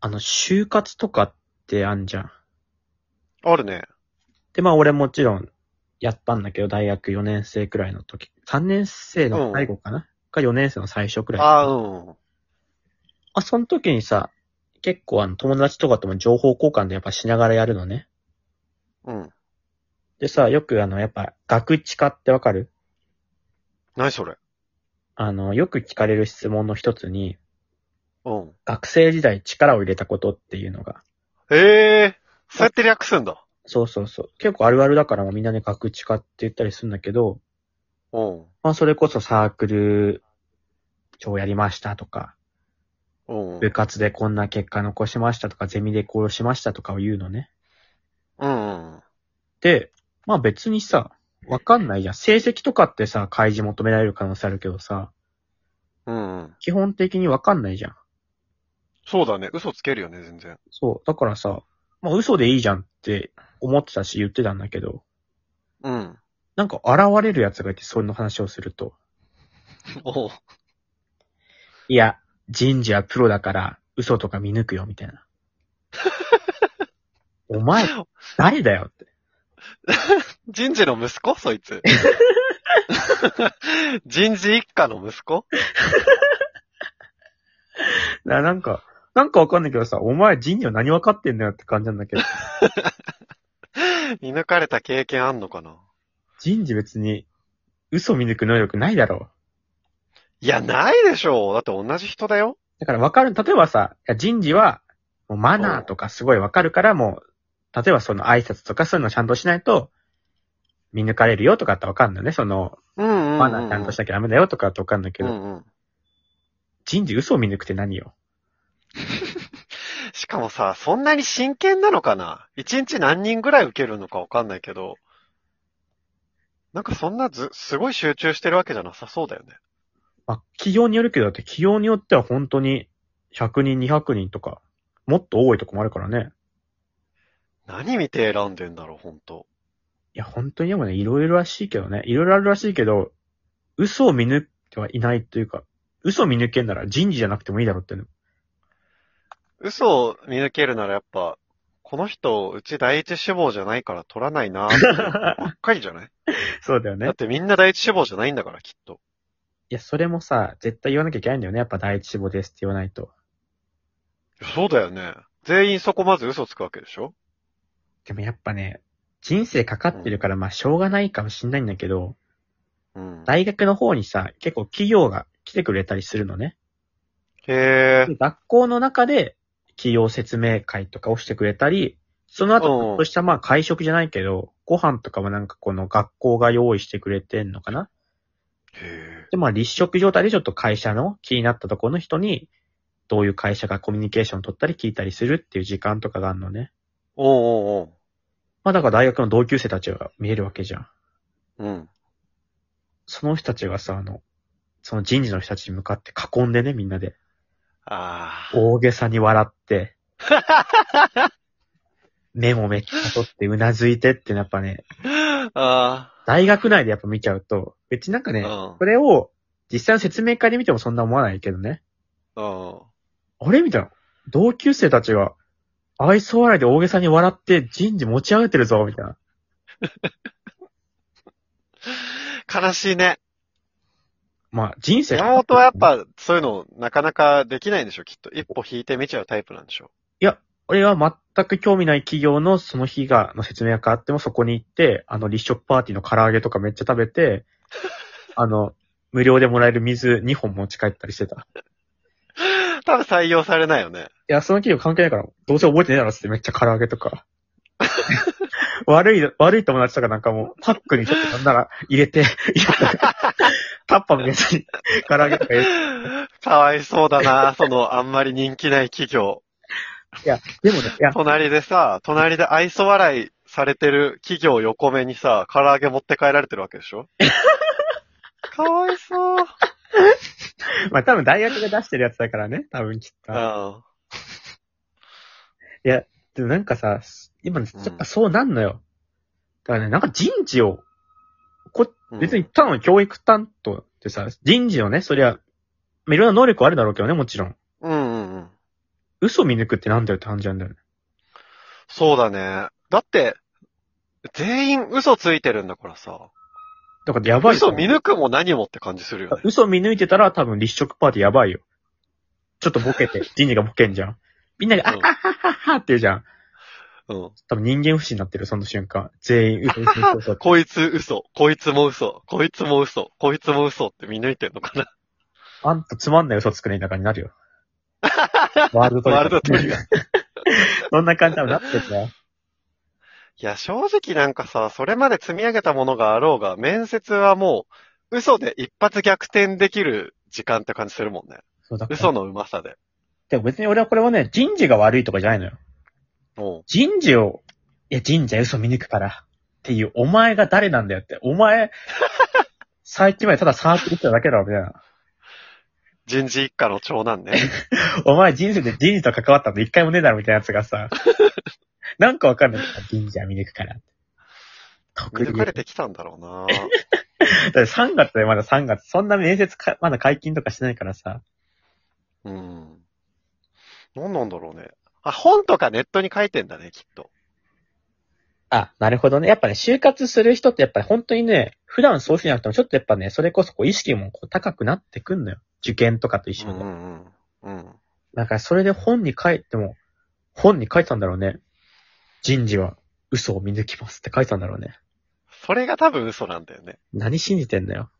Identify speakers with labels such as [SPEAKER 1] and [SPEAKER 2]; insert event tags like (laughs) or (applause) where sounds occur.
[SPEAKER 1] あの、就活とかってあんじゃん。
[SPEAKER 2] あるね。
[SPEAKER 1] で、まあ俺もちろんやったんだけど、大学4年生くらいの時。3年生の最後かな、か4年生の最初くらい。
[SPEAKER 2] ああ、うん。
[SPEAKER 1] あ、その時にさ、結構あの友達とかとも情報交換でやっぱしながらやるのね。
[SPEAKER 2] うん。
[SPEAKER 1] でさ、よくあの、やっぱ、学知化ってわかる
[SPEAKER 2] 何それ。
[SPEAKER 1] あの、よく聞かれる質問の一つに、
[SPEAKER 2] うん。
[SPEAKER 1] 学生時代力を入れたことっていうのが、
[SPEAKER 2] ええー、そうやって略すんだ。
[SPEAKER 1] そうそうそう。結構あるあるだからもうみんなね、学知化って言ったりするんだけど、
[SPEAKER 2] うん。
[SPEAKER 1] まあそれこそサークル、超やりましたとか、
[SPEAKER 2] うん。うん
[SPEAKER 1] 部活でこんな結果残しましたとか、ゼミでこうしましたとかを言うのね。
[SPEAKER 2] うん。
[SPEAKER 1] で、まあ別にさ、わかんないじゃん。成績とかってさ、開示求められる可能性あるけどさ、
[SPEAKER 2] うん。
[SPEAKER 1] 基本的にわかんないじゃん。
[SPEAKER 2] そうだね。嘘つけるよね、全然。
[SPEAKER 1] そう。だからさ、まあ嘘でいいじゃんって思ってたし言ってたんだけど、
[SPEAKER 2] うん。
[SPEAKER 1] なんか現れる奴がいて、その話をすると。
[SPEAKER 2] (laughs) おう。
[SPEAKER 1] いや、人事はプロだから、嘘とか見抜くよ、みたい
[SPEAKER 2] (laughs)
[SPEAKER 1] な。お前、誰だよって。
[SPEAKER 2] 人事の息子そい (laughs) つ。人事一家の息子
[SPEAKER 1] ななんか、なんかわかんないけどさ、お前人事は何分かってんだよって感じなんだけ
[SPEAKER 2] (laughs)
[SPEAKER 1] ど、
[SPEAKER 2] 見抜かれた経験あんのかな
[SPEAKER 1] 人事別に嘘見抜く能力ないだろ
[SPEAKER 2] いや、ないでしょう。だって同じ人だよ。
[SPEAKER 1] う。だからわかる、例えばさ、いや人事は、もうマナーとかすごいわかるから、もう、例えばその挨拶とかそういうのちゃんとしないと、見抜かれるよとかってわかんのね。その、
[SPEAKER 2] うんうん、うん。
[SPEAKER 1] マナーちゃんとしなきゃダメだよとかってわかんだけ
[SPEAKER 2] う
[SPEAKER 1] ど、
[SPEAKER 2] んうん。
[SPEAKER 1] 人事嘘を見抜くって何よ。
[SPEAKER 2] しかもさ、そんなに真剣なのかな一日何人ぐらい受けるのかわかんないけど、なんかそんなず、すごい集中してるわけじゃなさそうだよね。
[SPEAKER 1] まあ、企業によるけど、だって企業によっては本当に100人、200人とか、もっと多いとこもあるからね。
[SPEAKER 2] 何見て選んでんだろう、ほんと。
[SPEAKER 1] いや、本当にでもね、いろいろらしいけどね、いろいろあるらしいけど、嘘を見抜いてはいないというか、嘘を見抜けんなら人事じゃなくてもいいだろうってね。
[SPEAKER 2] 嘘を見抜けるならやっぱ、この人、うち第一志望じゃないから取らないなっていうのばっかりじゃない
[SPEAKER 1] そうだよ
[SPEAKER 2] だっ。てみんな第一志望じゃないんだから、きっと。
[SPEAKER 1] いや、それもさ、絶対言わなきゃいけないんだよね。やっぱ第一志望ですって言わないと。
[SPEAKER 2] そうだよね。全員そこまず嘘つくわけでしょ
[SPEAKER 1] でもやっぱね、人生かかってるから、まあ、しょうがないかもしんないんだけど、
[SPEAKER 2] うん。へ
[SPEAKER 1] 大学の方にさ、結構企業が来てくれたりするのね。
[SPEAKER 2] え。
[SPEAKER 1] (laughs) 学校の中で企業説明会とかをしてくれたり、その後、
[SPEAKER 2] う
[SPEAKER 1] ち
[SPEAKER 2] ん
[SPEAKER 1] ょっとしたまあ会食じゃないけど、ご飯とかもなんかこの学校が用意してくれてんのかな
[SPEAKER 2] へえ。
[SPEAKER 1] で、まあ立食状態でちょっと会社の気になったところの人に、どういう会社がコミュニケーション取ったり聞いたりするっていう時間とかがあるのね。
[SPEAKER 2] おうおう
[SPEAKER 1] まあだから大学の同級生たちが見えるわけじゃん。
[SPEAKER 2] おう。うん。
[SPEAKER 1] その人たちがさ、あの、その人事の人たちに向かって囲んでね、みんなで。
[SPEAKER 2] ああ。
[SPEAKER 1] 大げさに笑
[SPEAKER 2] (laughs)
[SPEAKER 1] って、目もめっちゃ取ってうなずいてってやっぱね、
[SPEAKER 2] あ
[SPEAKER 1] 大学内でやっぱ見ちゃうと、別になんかね、
[SPEAKER 2] あ。
[SPEAKER 1] これを実際の説明会で見てもそんな思わないけどね。
[SPEAKER 2] うん。うん。
[SPEAKER 1] あれみたいな。同級生たちが愛想笑いで大げさに笑って人事持ち上げてるぞ、みたいな。
[SPEAKER 2] 悲しいね。
[SPEAKER 1] まあ人生。
[SPEAKER 2] 山本はやっ。ぱそういうのなかなかできないんでしょ、きっと。一歩引いて見ちゃうタイプなんでしょ。
[SPEAKER 1] 俺は全く興味ない企業のその日が、の説明会あってもそこに行って、あの立食パーティーの唐揚げとかめっちゃ食べ (laughs) て、あの、無料でもらえる水2本持ち帰ったりしてた。
[SPEAKER 2] 多分採用されないよね。
[SPEAKER 1] いや、その企業関係ないから、どうせ覚えてねえだろっつってめっちゃ唐揚げとか。 (laughs) 悪い、悪い友達とかなんかもう、パックにちょっとなんなら入れて、 (laughs) 入れてタッパーのやつに唐揚げとか入れて。
[SPEAKER 2] かわいそうだ
[SPEAKER 1] (laughs)
[SPEAKER 2] な、そのあんまり人気ない企業。
[SPEAKER 1] でもね、いや、
[SPEAKER 2] 隣でさ、隣で愛想笑いされてる企業横目にさ、唐揚げ持って帰られてるわけ
[SPEAKER 1] (laughs)
[SPEAKER 2] でしょかわいそう。
[SPEAKER 1] まあ多分大学が出してるやつだからね、多分きっ
[SPEAKER 2] う
[SPEAKER 1] と。
[SPEAKER 2] ん。
[SPEAKER 1] でもなんかさ、今、やっぱそうなんのよ。だからね、なんか人事を、こ、
[SPEAKER 2] うん
[SPEAKER 1] 別に。ただの教育担当ってさ、人事をね、そりゃ、まあいろんな能力はあるだろうけどね、もちろん。
[SPEAKER 2] うんうんうん。
[SPEAKER 1] 嘘見抜くってなんだよって感じなんだよね。
[SPEAKER 2] そうだね。だって、全員嘘ついてるんだからさ。
[SPEAKER 1] だからやばい。
[SPEAKER 2] 嘘見抜くも何もって感じする
[SPEAKER 1] (laughs)
[SPEAKER 2] よね。
[SPEAKER 1] 嘘見抜いてたら多分立食パーティーやばいよ。ちょっとボケ
[SPEAKER 2] (laughs)
[SPEAKER 1] て、ジニがボケんじゃん。みんなが、あ
[SPEAKER 2] う
[SPEAKER 1] は
[SPEAKER 2] ん
[SPEAKER 1] はははって言うじゃん。
[SPEAKER 2] うん。
[SPEAKER 1] 多分人間不信になってる、その瞬間。全員嘘嘘嘘嘘
[SPEAKER 2] こいつ嘘、こいつも嘘、こいつも嘘、こいつも嘘って見抜いてんのかな。 (laughs)
[SPEAKER 1] あんたつまんない嘘つくね、中になるよ。ワールドトリガー
[SPEAKER 2] ワールドトリガー
[SPEAKER 1] (laughs) そんな感じになってるね。
[SPEAKER 2] いや、正直なんかさ、それまで積み上げたものがあろうが、面接はもう、嘘で一発逆転できる時間って感じするも
[SPEAKER 1] (laughs)
[SPEAKER 2] んね。
[SPEAKER 1] そうだから
[SPEAKER 2] 嘘のうまさで。
[SPEAKER 1] でも別に俺はこれはね、人事が悪いとかじゃないのよ。
[SPEAKER 2] も
[SPEAKER 1] 人事を、いや、人事は嘘見抜くから。っていう、お前が誰なんだよって。お前、最近までただサークルってただけだろ、みたいな。
[SPEAKER 2] う、人事一家の長男ね。
[SPEAKER 1] (laughs) お前人生で人事と関わったの一回もねえだろみたいなやつがさ、なんかわかんない。人事は見抜くから。
[SPEAKER 2] 見
[SPEAKER 1] 特に。
[SPEAKER 2] 抜
[SPEAKER 1] だ
[SPEAKER 2] か
[SPEAKER 1] っ
[SPEAKER 2] れてきたんだろうな
[SPEAKER 1] て3月だよ、まだ3月。そんな面接か、まだ解禁とかしてないからさ。
[SPEAKER 2] (laughs) うん。何なんだろうね。あ、本とかネットに書いてんだね、きっと。
[SPEAKER 1] あ、なるほどね。やっぱね、就活する人ってやっぱり本当にね、普段そうしなくてもちょっとやっぱね、それこそこう意識もこう高くなってくんのよ。受験とかと一
[SPEAKER 2] う
[SPEAKER 1] 緒
[SPEAKER 2] んう
[SPEAKER 1] で。
[SPEAKER 2] んうん。うん。
[SPEAKER 1] だからそれで本に書いても、本に書いてたんだろうね。人事は嘘を見抜きますって書いてたんだろうね。
[SPEAKER 2] それが多分嘘なんだよね。
[SPEAKER 1] 何信じてんだよ。